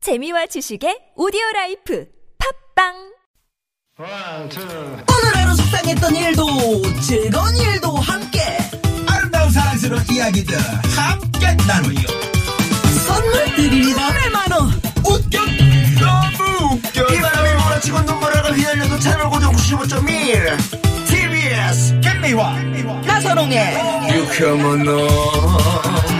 재미와 지식의 오디오 라이프 팝빵 One, two. 오늘 하루 속상했던 일도 즐거운 일도 함께 아름다운 사랑스러운 이야기들 함께 나누요. 선물 드립니다 네, 100만원 웃겨 너무 웃겨. 이 바람이 몰아치고 눈보라가 휘날려도 채널 고정 95.1 TBS 김미화 나선홍의 유쾌한 너.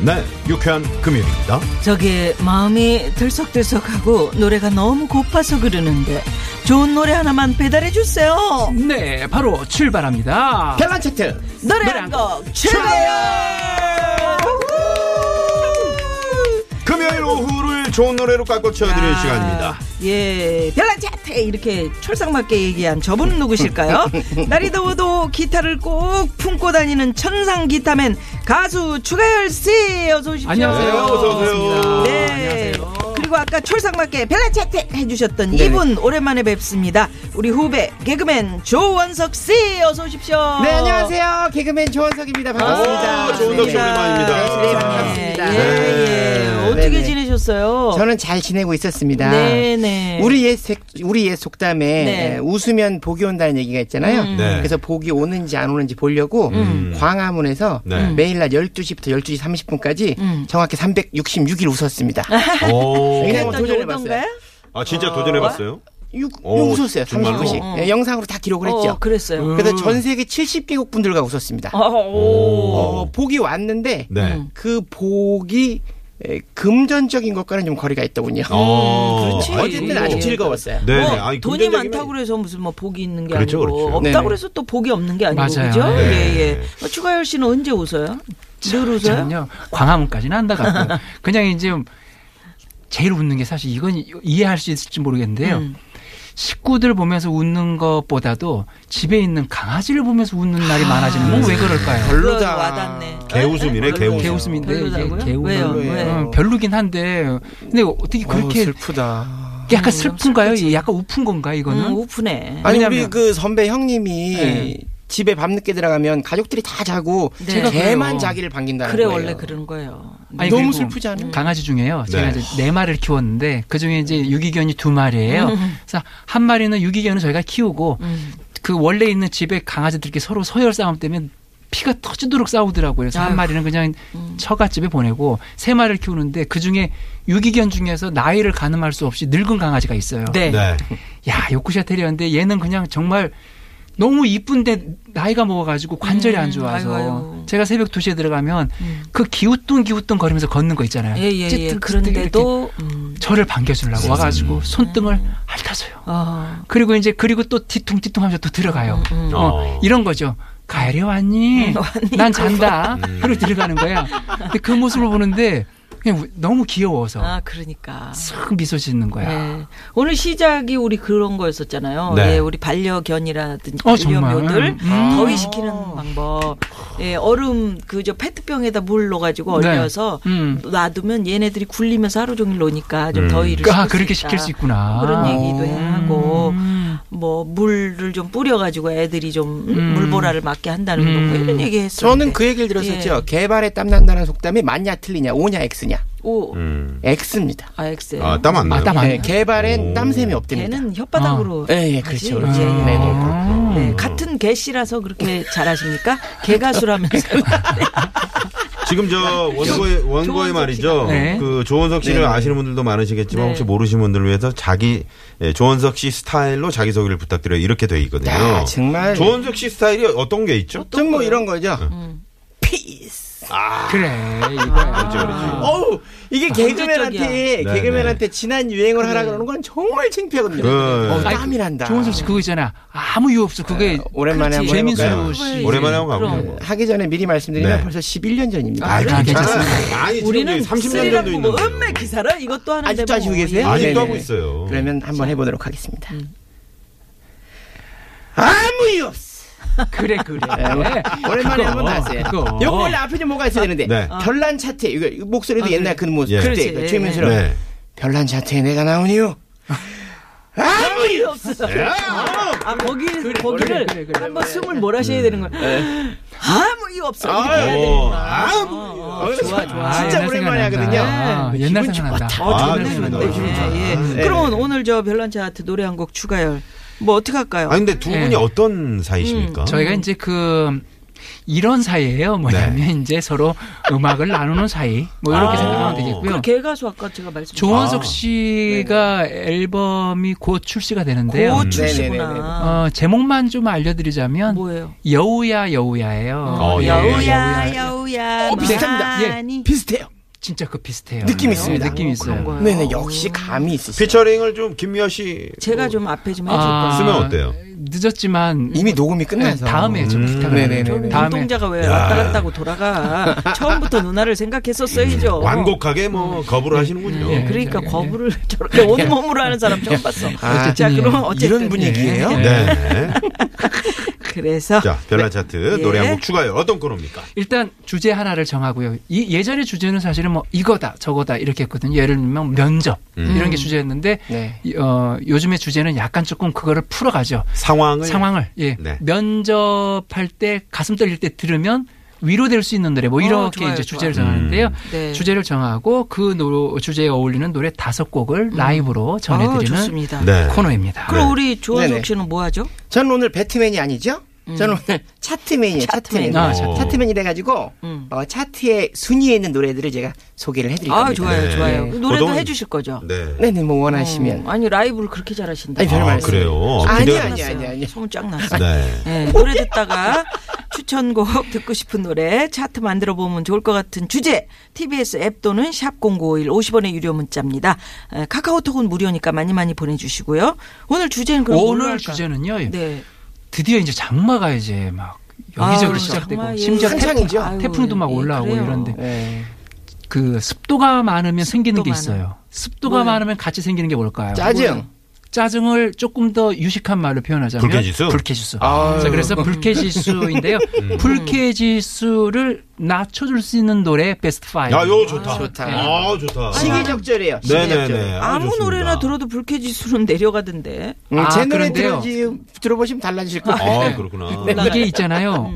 네, 유쾌한 금요일입니다. 저기 마음이 들썩들썩하고 노래가 너무 고파서 그러는데 좋은 노래 하나만 배달해 주세요. 네, 바로 출발합니다. 별난 차트. 노래 한 곡 출발! 금요일 오후를 좋은 노래로 깎고 채워드리는 시간입니다. 아, 예, 별난 차트 이렇게 철상맞게 얘기한 저분은 누구실까요? 날이 더워도 기타를 꼭 품고 다니는 천상 기타맨 가수 추가열 씨 네, 어서 오십시오. 안녕하세요. 네, 어서 오세요. 네. 안녕하세요. 그리고 아까 출상맞게 벨라 차트 해주셨던 이분 오랜만에 뵙습니다. 우리 후배 개그맨 조원석 씨 어서 오십시오. 네, 안녕하세요. 개그맨 조원석입니다. 반갑습니다. 오, 조원석 씨 네. 오랜만입니다. 네, 네, 반갑습니다. 예, 예. 어떻게 네네. 지내셨어요? 저는 잘 지내고 있었습니다. 네네. 우리 옛, 색- 우리 옛 속담에 네. 음. 에, 웃으면 복이 온다는 얘기가 있잖아요. 네. 음. 그래서 복이 오는지 안 오는지 보려고 광화문에서 네. 매일 낮 12시부터 12시 30분까지 음. 정확히 366일 웃었습니다. 아. 오. 그냥 어떤 도전해봤어요. 요동가요? 아, 진짜 도전해봤어요? 육, 오, 웃었어요. 정말로? 30분씩. 예, 어. 영상으로 다 기록을 했죠. 어, 음. 그랬어요. 그래서 전 세계 70개국 분들과 웃었습니다. 어, 음. 오. 어, 복이 왔는데 네. 그 복이 에, 금전적인 것과는 좀 거리가 있더군요. 음. 어. 그렇지. 어쨌든 아주 예. 즐거웠어요. 네, 네. 뭐 아니, 돈이 금전적이면- 많다고 그래서 무슨 뭐 복이 있는 게 그렇죠, 아니고 그렇죠. 없다고 네네. 그래서 또 복이 없는 게 아니고 맞아요. 그죠? 네. 예예. 어, 추가열 씨는 언제 웃어요? 늘 웃어요? 저는요, 광화문까지는 안 나갔고, 그냥 이제 제일 웃는 게 사실 이건 이- 이해할 수 있을지 모르겠는데요. 음. 식구들 보면서 웃는 것보다도 집에 있는 강아지를 보면서 웃는 날이 많아지는 건 왜 그럴까요? 별로다. 와닿네. 개웃음이네, 개웃음. 개웃음인데 네. 별로라고요? 이게 개웃음. 왜요? 왜요? 음, 별로긴 한데 근데 어떻게 어우, 그렇게 슬프다. 약간 슬픈가요? 예, 약간 우픈 건가 이거는? 음, 오픈해. 아니 왜냐면- 우리 그 선배 형님이 네. 집에 밤늦게 들어가면 가족들이 다 자고 네. 제가 그래요. 걔만 자기를 반긴다는 그래 거예요. 원래 그런 거예요. 아니, 너무 그리고 슬프지 않아요? 음. 강아지 중에요. 제가 네. 이제 네 마리를 키웠는데 그 중에 음. 이제 유기견이 두 마리예요. 그래서 한 마리는 유기견은 저희가 키우고 음. 그 원래 있는 집에 강아지들끼리 서로 서열 싸움 때문에 피가 터지도록 싸우더라고요. 그래서 아유. 한 마리는 그냥 음. 처갓집에 보내고 세 마리를 키우는데 그 중에 유기견 중에서 나이를 가늠할 수 없이 늙은 강아지가 있어요. 네. 네. 야, 요크샤 테리어인데 얘는 그냥 정말 너무 이쁜데 나이가 먹어가지고 관절이 음, 안 좋아서 아이고, 아이고. 제가 새벽 2시에 들어가면 그 기우뚱 기우뚱 거리면서 걷는 거 있잖아요. 예, 예, 예. 찌뜩찌뜩 이렇게 그런데도 음. 저를 반겨주려고 와가지고 손등을 핥아줘요. 아, 그리고 이제 그리고 또 뒤뚱뒤뚱 하면서 또 들어가요. 어, 어. 이런 거죠. 가을이 왔니? 난 잔다. 그리고 들어가는 거야. 근데 그 모습을 보는데 그냥 우- 너무 귀여워서 아, 그러니까. 싹 미소 짓는 거야. 예. 오늘 시작이 우리 그런 거였었잖아요. 네. 예, 우리 반려견이라든지 어, 정말. 반려묘들 음. 더위 식히는 방법. 예, 얼음 그저 페트병에다 물 넣어가지고 네. 얼려서 음. 놔두면 얘네들이 굴리면서 하루 종일 노니까 좀 더위를. 식힐 아, 수 그렇게 있다. 뭐 시킬 수 있구나. 그런 얘기도 하고 음. 뭐 물을 좀 뿌려가지고 애들이 좀 음, 음. 물보라를 맞게 한다는 거 뭐 이런 얘기 했어요. 저는 그 얘기를 예. 들었었죠. 개발에 땀난다는 속담이 맞냐 틀리냐 오냐 X냐. 오 음. X입니다. 아 엑스. 아, 땀 안 나요? 아, 땀 안- 네, 개발엔 오. 땀샘이 없답니다. 걔는 어. 혓바닥으로. 예, 예, 하지. 그렇죠. 음. 그렇죠. 예, 예. 네, 네. 아. 네, 같은 개씨라서 그렇게 잘하십니까? 개가수라면서. 지금 저 원고의, 원고의 조원석 말이죠. 씨가. 네. 그 조원석 씨를 네. 아시는 분들도 많으시겠지만 네. 혹시 모르시는 분들을 위해서 자기, 예, 조원석 씨 스타일로 자기소개를 부탁드려요. 이렇게 돼 있거든요. 야, 정말. 조원석 씨 스타일이 어떤 게 있죠? 좀 뭐 이런 거죠. 음. 그래 이거야. 그렇죠, 그렇죠. 어우 이게 아, 적극적이야. 개그맨한테 네, 개그맨한테 지난 유행을 하라 그러는 건 정말 창피하거든요. 네. 어, 네. 아이고, 땀이 난다. 조원석 씨 그거 있잖아. 아무 이유 없어. 그게 아, 그렇지. 오랜만에 한번 네. 재민수 해볼까요? 씨. 네. 오랜만에 한번 그럼. 가볼게요. 하기 전에 미리 말씀드리면 네. 벌써 11년 전입니다. 아, 그래? 괜찮습니다. 아니, 우리는 지금 30년 쓰리라고 전도 뭐 있는데. 네. 음매 기사라 이것도 하는데 아직도 뭐. 하시고 계세요? 아직도 네네네. 하고 있어요. 음. 그러면 한번 해보도록 하겠습니다. 무이없어. 그래 그래. 아, 오랜만에 네. 그거, 한번 다세요. 그거. 아, 요거 원래 앞에 좀 뭐가 있어야 되는데 네. 별난 차트 이거 목소리도 옛날 그 모습 예. 그때 그렇지. 그 최민수랑 네. 별난 차트에 내가 나온 이유 아무 이유 없어. 아 거기 그래, 거기를 그래, 그래. 한번 숨을 몰아셔야 되는 거야. 아무 뭐 이유 없어. 이렇게. 오, 아우. 좋아 좋아. 아, 뭐, 진짜 옛날 오랜만에 생각난다. 하거든요. 네. 아, 옛날 기분 생각난다. 어, 아, 옛날 좋습니다. 생각난다. 기분 좋아. 예, 예. 네. 그러면 오늘 저 별난 차트 노래 한 곡 추가열. 뭐 어떻게 할까요? 아 근데 두 분이 네. 음, 어떤 사이십니까? 저희가 이제 그 이런 사이예요. 뭐냐면 이제 서로 음악을 나누는 사이. 뭐 이렇게 아. 생각하면 되겠고요. 그 개가수 아까 제가 말씀드렸죠. 조원석 아. 씨가 앨범이 곧 출시가 되는데요. 고 네네네네. 출시구나. 어, 제목만 좀 알려드리자면 아, 뭐예요? 여우야 여우야예요. 어, 예. 여우야 여우야 어, 비슷합니다. 많이. 비슷해요. 진짜 그 비슷해요. 느낌 있습니다. 느낌 있어요. 거예요? 네네 역시 감이 있으시죠. 피처링을 좀 김미아 씨 제가 좀 앞에 좀 해줄 아, 거예요. 쓰면 어때요? 늦었지만 이미 녹음이 네. 끝나서 네, 다음에 좀 음. 부탁을 네네네. 드려요. 다음에 눈동자가 왜 왔다 갔다 하고 돌아가 처음부터 누나를 생각했었어야죠 완곡하게 뭐 거부를 하시는군요. 예. 그러니까 예, 예. 거부를 저렇게 온몸으로 하는 사람 처음 봤어 아, 자 예. 그러면 어쨌든 예. 이런 분위기예요. 예. 네. 그래서 자, 별난 차트 예. 노래 한 곡 추가요. 어떤 코너입니까? 일단 주제 하나를 정하고요. 이 예전의 주제는 사실은 뭐 이거다 저거다 이렇게 했거든요. 예를 들면 면접 음. 이런 게 주제였는데 네. 이- 어, 요즘의 주제는 약간 조금 그거를 풀어가죠. 상황을 상황을 예. 네. 면접할 때 가슴 떨릴 때 들으면 위로될 수 있는 노래 뭐 어, 이렇게 좋아요, 이제 주제를 좋아요. 정하는데요. 음. 네. 주제를 정하고 그 노, 주제에 어울리는 노래 다섯 곡을 라이브로 음. 아, 전해드리는 좋습니다 네. 코너입니다. 그럼 네. 우리 네네. 조원석 씨는 뭐 하죠? 저는 오늘 배트맨이 아니죠? 저는 오늘 차트맨이에요. 차트맨. 네. 차트맨. 아, 차트. 차트맨이 돼가지고 음. 어, 차트에 순위에 있는 노래들을 제가 소개를 해드릴 아 겁니다. 좋아요 네. 좋아요 네. 노래도 보통- 해주실 거죠? 네. 네네 뭐 원하시면. 어, 아니 라이브를 그렇게 잘하신다 아니 별 아, 말씀. 그래요? 아니 기대가 아니 아니 아니. 소문 쫙 났어 네. 네, 노래 듣다가 추천곡 듣고 싶은 노래 차트 만들어 보면 좋을 것 같은 주제 TBS 앱 또는 샵 #0951 50원의 유료 문자입니다. 에, 카카오톡은 무료니까 많이 많이 보내주시고요. 오늘 주제는 그럼 뭘로 오늘 할까? 주제는요. 네. 드디어 이제 장마가 이제 막 여기저기로 아유, 시작되고 정말, 예. 심지어 태풍, 한창이죠. 아유, 태풍도 막 예, 올라오고 그래요. 이런데 예. 그 습도가 많으면 생기는 게 많아. 있어요. 습도가 많으면 같이 생기는 게 뭘까요? 짜증. 짜증을 조금 더 유식한 말로 표현하자면 불쾌지수? 음. 불쾌지수. 아유. 자, 그래서 불쾌지수인데요. 불쾌지수를 낮춰줄 수 있는 노래 베스트 5. 야, 요 좋다. 좋다. 아, 좋다. 시기적절해요. 네네네. 시기적절. 아, 아무 좋습니다. 노래나 들어도 불쾌지수는 내려가던데. 음, 아, 제 노래 그런데요. 들어지, 들어보시면 달라질 거예요. 네. 아, 그렇구나. 이게 있잖아요.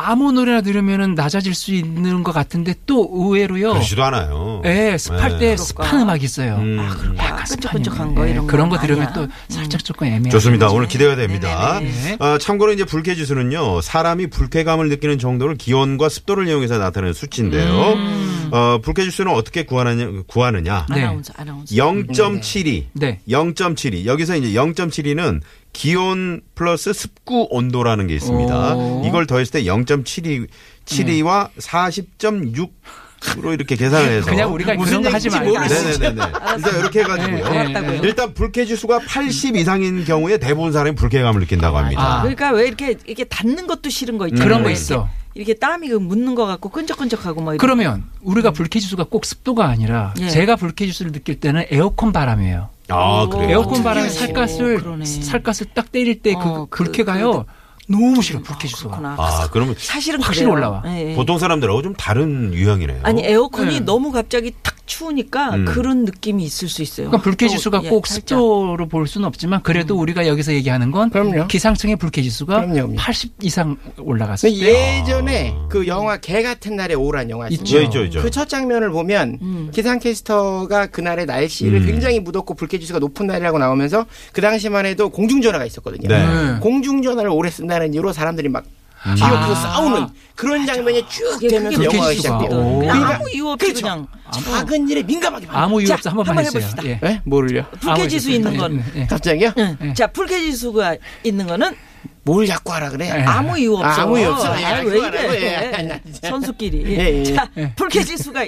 아무 노래나 들으면 낮아질 수 있는 것 같은데 또 의외로요. 그러지도 않아요. 예, 습할 네. 때 아, 습한 음악이 있어요. 음. 약간 아, 그렇죠. 끈적끈적한 습한 거 음악. 이런 예, 그런 거 거 들으면 아니야. 음. 또 살짝 조금 애매해요. 좋습니다. 오늘 기대가 됩니다. 네네네. 아, 참고로 이제 불쾌 지수는요, 사람이 불쾌감을 느끼는 정도를 기온과 습도를 이용해서 나타내는 수치인데요. 음. 어, 불쾌 지수는 어떻게 구하느냐, 구하느냐. 네. 아나운서 아나운서. 0.72. 네. 0.72. 여기서 이제 0.72는 기온 플러스 습구 온도라는 게 있습니다. 오. 네. 이걸 더했을 때 0.72, 72와 40.6으로 이렇게 계산을 해서 그냥 우리가 그런 거 하지 말고. 네네네네. 일단 이렇게 해가지고요. 네, 네, 네. 일단 불쾌 지수가 80 이상인 경우에 대부분 사람이 불쾌감을 느낀다고 합니다. 아. 그러니까 왜 이렇게 이렇게 닿는 것도 싫은 거 있잖아요. 그런 거 이렇게- 있어. 이렇게 땀이 그 묻는 것 같고 끈적끈적하고 막. 이렇게. 그러면 우리가 불쾌지수가 꼭 습도가 아니라 예. 제가 불쾌지수를 느낄 때는 에어컨 바람이에요. 아, 그래요. 에어컨 특이하네. 바람에 오, 살갗을 예, 그러네. 살갗을 딱 때릴 때 그 어, 그- 불쾌가요. 너무 싫어 불쾌지수가. 그렇구나. 아, 그러면 사실은 확실히 그래요. 올라와. 예, 예. 보통 사람들하고 좀 다른 유형이네요. 아니 뭐? 에어컨이 예. 너무 갑자기 탁 추우니까 음. 그런 느낌이 있을 수 있어요. 그러니까 불쾌지수가 또, 예, 꼭 살짝. 음. 습도로 볼 수는 없지만 그래도 우리가 여기서 얘기하는 건 그럼요. 기상청의 불쾌지수가 그럼요, 그럼요. 80 이상 올라갔어요. 근데 네, 예전에 그 영화 개 같은 날에 오란 영화 있죠. 있죠, 있죠, 있죠. 그 첫 장면을 보면 음. 기상캐스터가 그날의 날씨를 음. 굉장히 무덥고 불쾌지수가 높은 날이라고 나오면서 그 당시만 해도 공중전화가 있었거든요. 네. 음. 네. 공중전화를 오래 쓴다는 이유로 사람들이 막 뒤엎어서 아. 싸우는 그런 장면이 쭉 그게 되면서 그게 영화가 불쾌지수가. 시작돼요. 오. 그냥 그러니까 아무 이유 없이 그렇죠. 그냥 작은 일에 민감하게 반응. 아무 이유 없어 자, 한번만 한번 해주세요. 해봅시다. 예. 에? 뭐를요? 불쾌지수 있는 예, 건. 예, 예. 갑자기요? 응. 예. 자 불쾌지수가 있는 거는 뭘 자꾸 하라 그래? 예. 아무 이유 없어. 아, 아무 이유 없어. 아, 야, 왜 그거 알아요. 예, 예, 이래? 예, 예. 선수끼리. 예, 예. 자 예. 불쾌지수가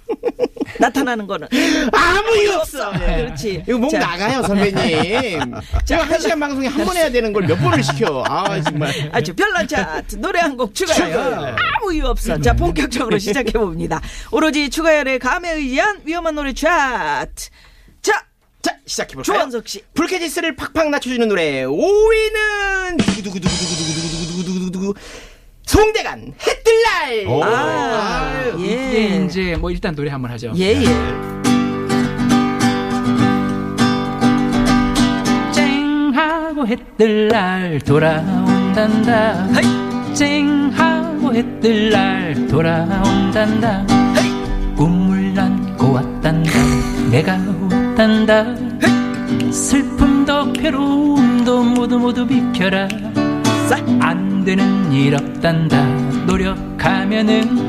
나타나는 거는 아무 이유 없어. 예. 네. 그렇지. 이거 목 자, 나가요, 선배님. 제가 한 시간 방송에 한 번 해야 되는 걸 몇 번을 시켜. 아, 네. 정말. 아주 별난 차트 노래 한 곡 추가요. 네. 아무 이유 없어. 자 본격적으로 시작해 봅니다. 오로지 추가열의 감에 의한 위험한 노래 차트. 자 자, 시작해볼까요? 조원석 씨. 불쾌지수를 팍팍 낮춰주는 노래 5위는 두구두구두구두구두구두구두구두구두구 송대간 해뜰날 오. 아, 이게 예. 이제 뭐 일단 노래 한번 하죠. 예, 예. 쨍하고 해뜰 날 돌아온단다. 쨍하고 해뜰 날 돌아온단다. 꿈을 안고 왔단다. 내가 왔단다. 슬픔도 괴로움도 모두 모두 비켜라. 안 되는 일 없단다. 노력하면은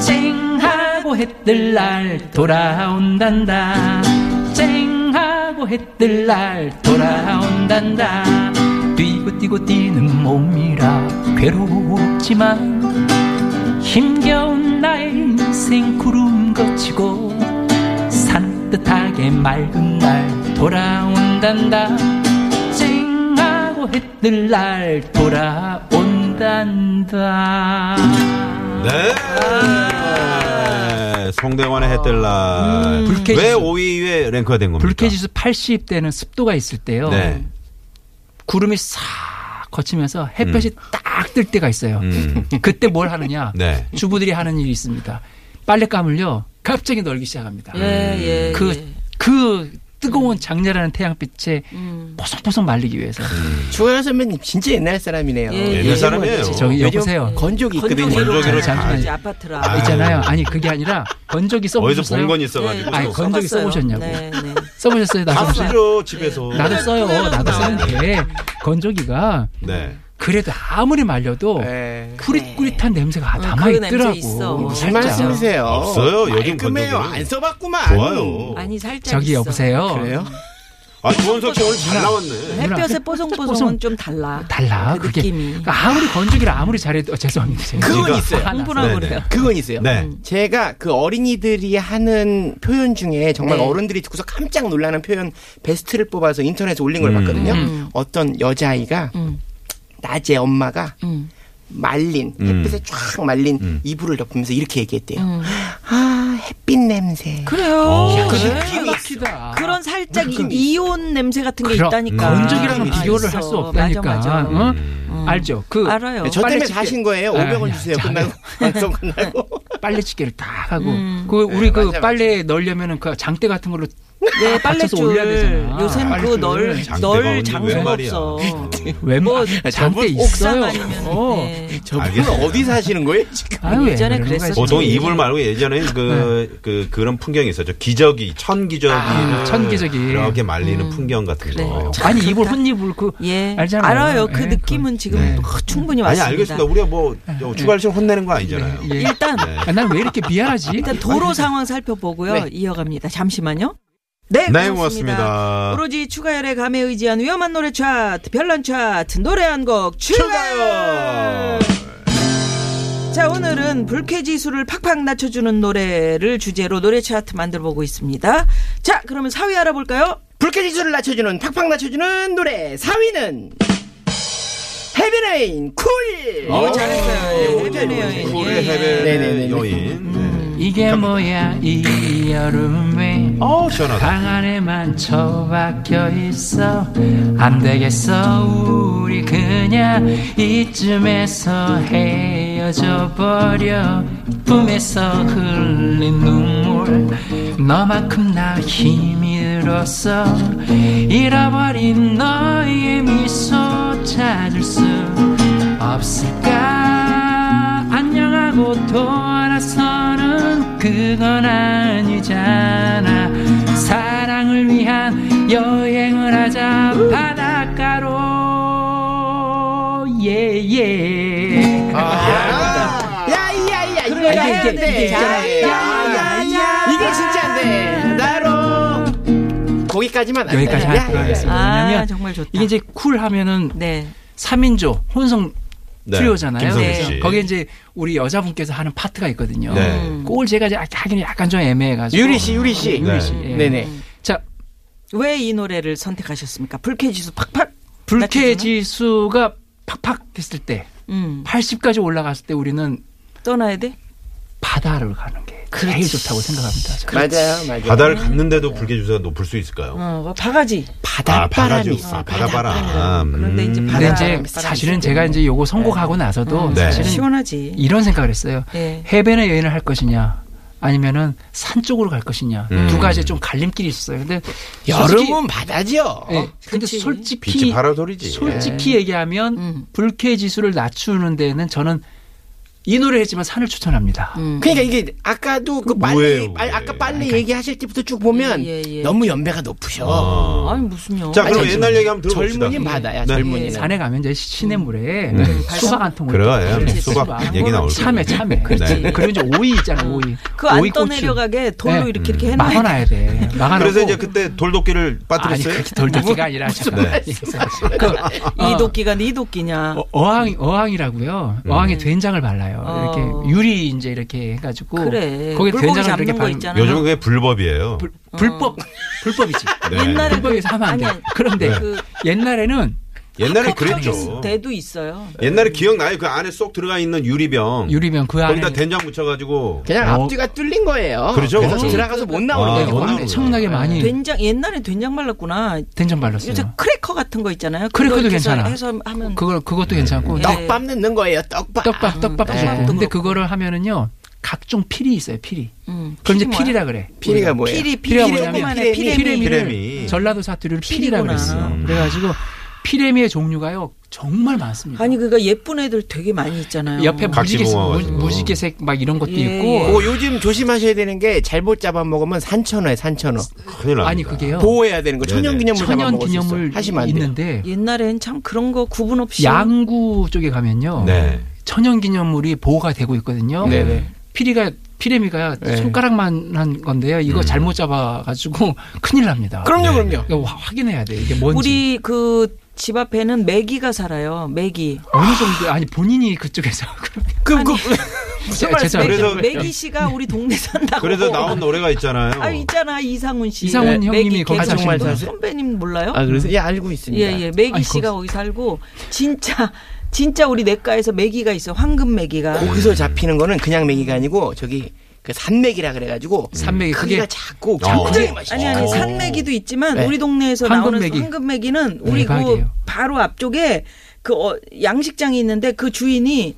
쨍하고 해뜰 날 돌아온단다 쨍하고 해뜰 날 돌아온단다 뛰고 뛰고 뛰는 몸이라 괴롭지만 힘겨운 나의 인생 구름 거치고 산뜻하게 맑은 날 돌아온단다 쨍하고 해뜰 날 돌아온단다 네. 성대관의 해뜰날. 불쾌지수. 왜 5위에 랭크가 된 겁니까? 불쾌지수 어. 80대는 습도가 있을 때요. 그러니까. 네. 구름이 싹 거치면서 햇볕이 딱 뜰 때가 있어요. 음. 그때 뭘 하느냐? 네. 주부들이 하는 일이 있습니다. 빨랫감을요. 갑자기 널기 시작합니다. 예, 예. 그, 예. 그 뜨거운 장렬하는 태양빛에 음. 보송보송 말리기 위해서. 음. 조현 선배님 진짜 옛날 사람이네요 예, 예. 옛날 사람이에요. 저기 여보세요. 건조기 있거든요 건조기로 건조기를 잘- 건조기로 잠시만요. 아파트라. 네. 아, 있잖아요. 아니 그게 아니라 건조기 어디서 써보셨어요? 본 건 있어가지고. 네. 아니, 또 건조기 써봤어요. 써보셨냐고. 네, 네. 써보셨어요? 다 나도 써요. 네. 쓰죠, 집에서. 나도 써요. 나도 쓰는데 건조기가 네. 그래도 아무리 말려도 예. 꾸릿꾸릿한 냄새가 어, 남아 그 냄새 있어. 있더라고. 무슨 말씀이세요 없어요. 요즘 깔끔해요 건조기는. 안 써봤구만 좋아요. 아니 살짝 저기 있어. 여보세요. 그래요? 아, 조원석 씨 오늘 잘 나왔네. 햇볕에 햇볕에 뽀송뽀송은 뽀송. 좀 달라. 달라. 그 그게 느낌이. 그러니까 아무리 건조기를 아무리 잘해도 어, 죄송합니다. 제가 그건 이거. 있어요 공부라고 아, 네네. 그래요. 그건 있어요 네. 제가 그 어린이들이 하는 표현 중에 정말 네. 어른들이 듣고서 깜짝 놀라는 표현 베스트를 뽑아서 인터넷에 올린 걸 음. 봤거든요. 음. 어떤 여자아이가 음. 낮에 엄마가 음. 말린 음. 햇빛에 쫙 말린 음. 이불을 덮으면서 이렇게 얘기했대요. 음. 아 햇빛 냄새. 어. 그래요. 야, 그래. 그게 기가 막히다. 그런 살짝 이- 느낌이 이온 냄새 같은 게 아, 그럼, 있다니까. 건조기랑은 아, 비교를 있어. 할 수 없다니까. 맞아, 맞아. 어? 알죠? 그 알아요. 네, 저 빨래 때문에 집게. 사신 거예요. 아니야, 500원 주세요. 잘해. 끝나고 방송 끝나고. 빨래집게를 딱 하고 음. 그 우리 네, 그 맞아, 빨래 넣으려면은 그 장대 같은 걸로 네, 받쳐서 올려야 빨래줄. 되잖아. 요새는 빨래줄. 장대가 그널널 없는데 왜 장소가 말이야. 없어. 웬만 뭐 장대 옥상 있어요. 아니면. 어. 네. 저분 알겠습니다. 어디 사시는 거예요 지금? 아유, 왜 예전에 그런 거야, 그랬었죠. 어, 보통 진짜. 이불 말고 예전에 그, 그, 그런 풍경이 있었죠. 기저귀, 천기저귀. 아, 천기저귀. 이렇게 말리는 풍경 같은 거. 아니 이불 혼입을 그 예. 알잖아요. 알아요. 그 예, 느낌은 지금 네. 어, 충분히 아니, 왔습니다. 알겠습니다. 우리가 뭐, 추가할 시간 혼내는 거 아니잖아요. 예. 일단 네. 난 왜 이렇게 미안하지? 일단 도로 상황 살펴보고요. 네. 이어갑니다. 잠시만요. 네, 네, 고맙습니다. 고맙습니다. 오로지 추가열의 감에 의지한 위험한 노래 차트, 별난 차트, 노래 한 곡 추가열! 추가요! 자, 오늘은 불쾌지수를 팍팍 낮춰주는 노래를 주제로 노래 차트 만들어보고 있습니다. 자, 그러면 4위 알아볼까요? 불쾌지수를 낮춰주는 팍팍 낮춰주는 노래 4위는 헤비레인 쿨. 오, 잘했어요. 예, 해변의 여인. 의 예, 예. 해변의 네네네네. 여인. 네. 이게 뭐야 이 여름에 어, 시원하다. 방 안에만 처박혀 있어 안 되겠어 우리 그냥 이쯤에서 헤어져 버려 품에서 흘린 눈물 너만큼 나 힘이 들었어 잃어버린 너의 미소 찾을 수 없을까 안녕하고 돌아서는 그건 아니잖아 사랑을 위한 여행을 하자 바닷가로 예, 예예 아, 야이야이야 이거 이게, 해야 이게, 이게 돼. 있잖아. 야야야 이게 진짜 안 돼. 나로 거기까지만 안 돼. 여기까지 네. 야, 하도록 하겠습니다 아, 왜냐면 정말 좋다. 이게 이제 쿨 하면은 네. 3인조 혼성 네, 트리오잖아요 김성주 네. 씨. 거기에 이제 우리 여자분께서 하는 파트가 있거든요 네. 그걸 제가 이제 하기는 약간 좀 애매해가지고 유리 씨, 유리 씨. 네. 유리 씨 예. 네네. 자 왜 이 노래를 선택하셨습니까? 불쾌지수 팍팍! 불쾌 낮춰주는? 지수가 팍팍 했을 때 음. 80까지 올라갔을 때 우리는 떠나야 돼? 바다를 가는 게 제일 좋다고 생각합니다. 저는. 맞아요, 맞아요. 바다를 갔는데도 불쾌 주수가 높을 수 있을까요? 어, 바가지. 아, 바가지. 바닷바람이 있어. 아, 바다바람. 그런데 이제 음. 바다- 바람이 근데 네, 이제 바람이 사실은 있어요. 제가 이제 요거 선곡하고 나서도 네. 사실은 음. 시원하지. 이런 생각을 했어요. 예. 해변에 여행을 할 것이냐 아니면은 산 쪽으로 갈 것이냐 음. 두 가지 좀 갈림길이 있었어요. 근데 솔직히- 여름은 뭐 바다죠. 예, 근데 그치. 빛이 솔직히 파라솔이지. 솔직히 얘기하면 음. 불쾌 지수를 낮추는 데는 저는 이 노래 했지만 산을 추천합니다. 음. 그러니까 이게 아까도 그 뭐예요, 빨리 그게? 아, 아까 빨리 얘기하실 때부터 쭉 보면 예, 예, 예. 너무 연배가 높으셔. 어. 아니 무슨요? 자, 그럼 아니, 옛날 얘기 한번 들어봅시다. 젊은이 바다야. 네. 젊은이. 산에 가면 이제 시내 물에 네. 수박 한 통을 그래요. 이렇게 수박 얘기 나올 참외 거예요. 참외. 그렇지. 네. 그리고 이제 오이 있잖아요. 오이. 그안 오이고추. 떠내려가게 돌로 네. 이렇게 이렇게 해놔야 막아놔야 돼. 막아놓고. 그래서 이제 그때 돌도끼를 음. 아니 빠뜨렸어요. 그렇게 돌도끼가 아니라 네. 잠깐. 그, 이 어, 도끼가 네 도끼냐? 어, 어항 어항이라고요. 어항에 된장을 발라요. 어. 이렇게 유리 이제 이렇게 해가지고 그래. 거기에 물고기 된장을 잡는 이렇게 거 발. 있잖아요. 요즘은 그게 불법이에요. 불, 불법 불법이지. 네. 옛날에 불법에서 하면 안 돼. 아니, 아니. 그런데 그- 옛날에는 옛날에 컵 그랬죠. 대도 있어요. 옛날에 기억나요? 그 안에 쏙 들어가 있는 유리병. 유리병 그 안에 거기다 된장 묻혀가지고. 그냥 어. 앞뒤가 뚫린 거예요. 그렇죠. 래서 어. 들어가서 못 나오는 아, 거예요. 못 나오는 네, 엄청나게 많이 된장 옛날에 된장 발랐구나. 된장 발랐어요. 요새 크래커 같은 거 있잖아요. 그거 음. 크래커도 이렇게 해서- 괜찮아. 해서 하면 그걸 그것도 괜찮고 네. 떡밥 넣는 거예요. 떡밥. 떡밥 떡밥도 네. 좋고. 근데 그렇고. 그거를 하면은요 각종 필이 있어요 필이. 음, 그럼 이제 뭐야? 피리라 그래. 피리가 뭐예요? 피리 피리가 피리 뭐냐면 조그만해 피레미. 피레미. 피레미. 피레미를 전라도 사투리를 피리라 피리구나. 그랬어. 그래가지고 피레미의 종류가요 정말 많습니다. 아니 그니까 예쁜 애들 되게 많이 있잖아요. 음. 옆에 무지개 각지공화가지고. 무- 무지개색 막 이런 것도 예, 있고 어, 요즘 조심하셔야 되는 게 잘못 잡아먹으면 산천어에 산천어. 큰일 납니다. 아니 그게요 보호해야 되는 거. 네네. 천연기념물 천연 잡아먹을 기념물 수 있어. 하시면 안 돼요. 있는데 옛날엔 참 그런 거 구분 없이 양구 쪽에 가면요 네. 천연 기념물이 보호가 되고 있거든요. 네네. 피리가 피레미가 네. 손가락만 한 건데요. 이거 잘못 잡아가지고 큰일 납니다. 그럼요, 그럼요. 이거 화- 확인해야 돼. 이게 뭔지. 우리 그 집 앞에는 매기가 살아요. 매기. 어느 정도 아니 본인이 그쪽에서 그렇게 그, 그, 제- 말씀이세요? 죄송합니다. 그래서- 음. 매기 씨가 우리 동네 산다고. 그래서 나온 노래가 있잖아요. 어, 아 있잖아 이상훈 씨. 이상훈 네, 형님이 매기 거기 계속 사시는 정말 분이세요? 선배님 몰라요? 아, 그래서? 예, 알고 있습니다. 예예 매기 아니, 씨가 거기 살고 진짜 진짜 우리 내과에서 매기가 있어 황금 매기가. 거기서 잡히는 거는 그냥 메기가 아니고 저기 그 산맥이라 그래가지고 산맥이 크기가 그게- 작고 어. 굉장히 맛있어. 아니 아니 오. 산매기도 있지만 네. 우리 동네에서 황금 나오는 매기. 황금 매기는 우리 그 대박이에요. 바로 앞쪽에 그 어, 양식장이 있는데 그 주인이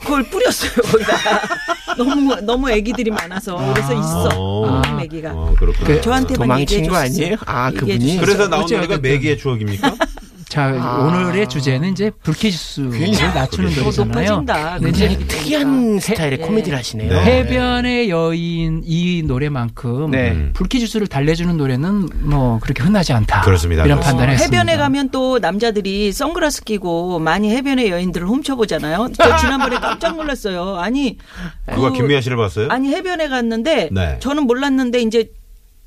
그걸 뿌렸어요 거기다 너무 너무 애기들이 많아서 그래서 있어 어. 황금 매기가 어, 그렇구나. 네. 그렇죠, 그- 저한테만 얘기해 도망친 거 줬어. 아니에요? 아, 얘기해 그분이? 줬어. 그래서 나온 어째 노래가 어쨌든. 매기의 추억입니까? 자 오늘의 주제는 이제 불쾌지수를 낮추는 그게 노래잖아요. 높아진다. 근데 굉장히 이제 특이한 스타일의 예. 코미디를 하시네요. 네. 해변의 여인 이 노래만큼 네. 음. 불쾌지수를 달래주는 노래는 뭐 그렇게 흔하지 않다. 그렇습니다. 이런 그렇습니다. 판단을 했습니다. 해변에 가면 또 남자들이 선글라스 끼고 많이 해변의 여인들을 훔쳐보잖아요. 저 지난번에 깜짝 놀랐어요. 아니 그거 그- 김미아 씨를 봤어요? 아니 해변에 갔는데 네. 저는 몰랐는데 이제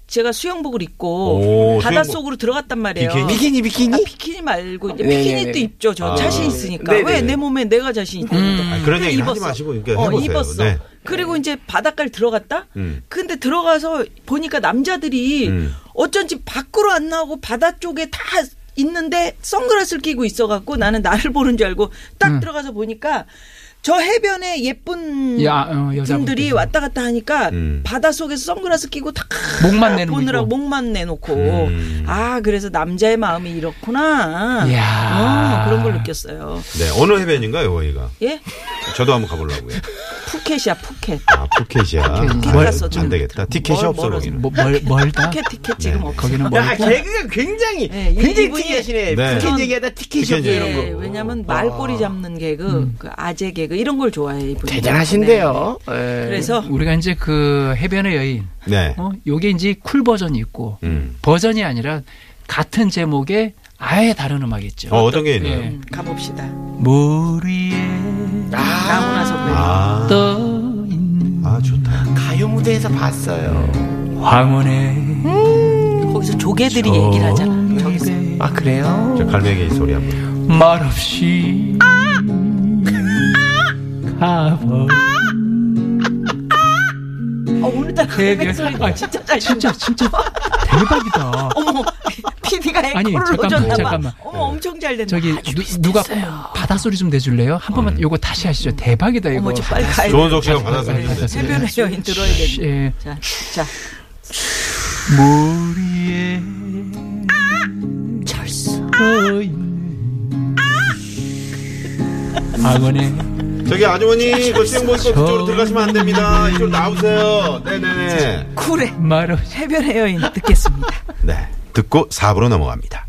제가 수영복을 입고 오, 바닷속으로 들어갔단 말이에요. 비키니? 비키니, 비키니? 아, 비키니 말고 이제 네, 비키니 네, 또 네. 입죠. 저 아. 자신 있으니까 네, 음. 네, 왜 네. 내 몸에 내가 자신 있는데 아, 그런 얘기 하지 입었어. 마시고 그러니까 어, 해보세요. 입었어. 네. 그리고 이제 바닷가를 들어갔다. 음. 근데 들어가서 보니까 남자들이 음. 어쩐지 밖으로 안 나오고 바다 쪽에 다 있는데 선글라스를 끼고 있어갖고 나는 나를 보는 줄 알고 딱 음. 들어가서 보니까 저 해변에 예쁜 야, 어, 여자분들. 분들이 왔다 갔다 하니까 음. 바다 속에서 선글라스 끼고 다 목만 내는 보느라 거고. 목만 내놓고 음. 아 그래서 남자의 마음이 이렇구나 이야. 어, 그런 걸 느꼈어요 네, 어느 해변인가요, 거기가? 예 저도 한번 가보려고요. 푸켓이야 푸켓 아, 푸켓이야. 아, 갔었죠. 안 되겠다. 티켓이 멀- 없어 멀어서. 거기는. 뭐, 멀, 멀다. 푸켓 티켓 지금 없어 거기는 야, 멀고. 아, 개그가 굉장히, 네, 이- 굉장히 이분이- 특이하시네. 네. 특이한 전- 얘기하다 티켓이 티켓 없어 이런 거. 얘기. 예, 왜냐면 말꼬리 잡는 개그 그 아재 개그 이런 걸 좋아해 이분 대단하신데요. 예. 그래서 우리가 이제 그 해변의 여인. 네. 어, 요게 이제 쿨 버전이 있고 음. 버전이 아니라 같은 제목의 아예 다른 음악이 있죠. 어, 어떤 게 있나요? 예. 음, 가봅시다 물 위에 아, 나훈아 선배 아. 떠 아, 좋다. 가요 무대에서 봤어요. 황혼의 네. 거기서 조개들이 얘기를 하잖아 저기서 아, 그래요? 저 갈매기 소리 한번. 말없이 아! 가버 어, 오늘따라 해변 소리 아, 진짜 잘 진짜 진짜 대박이다. 어머, PD가 아니 에코를 잠깐만 넣어줬나 봐. 잠깐만 어머, 엄청 잘 된다. 저기 아주 누, 누가 바다 소리 좀 내줄래요? 한 번만 요거 다시 하시죠. 대박이다 이거. 어머 저 빨리 가야 돼. 조원석 씨가 받아서 주는데. 해변의 여인 들어야 돼. 예. 자, 자. 머리에 잘 아! 있네 악원의 저기 아주머니 그 수영복 입고 그쪽으로 들어가시면 안 됩니다. 이쪽으로 나오세요. 네네네. 쿨해. 말없이 해변의 여인 듣겠습니다. 네. 듣고 4부로 넘어갑니다.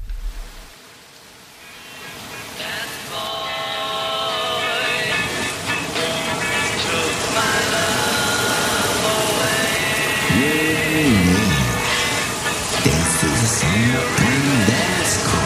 This is something that's cool.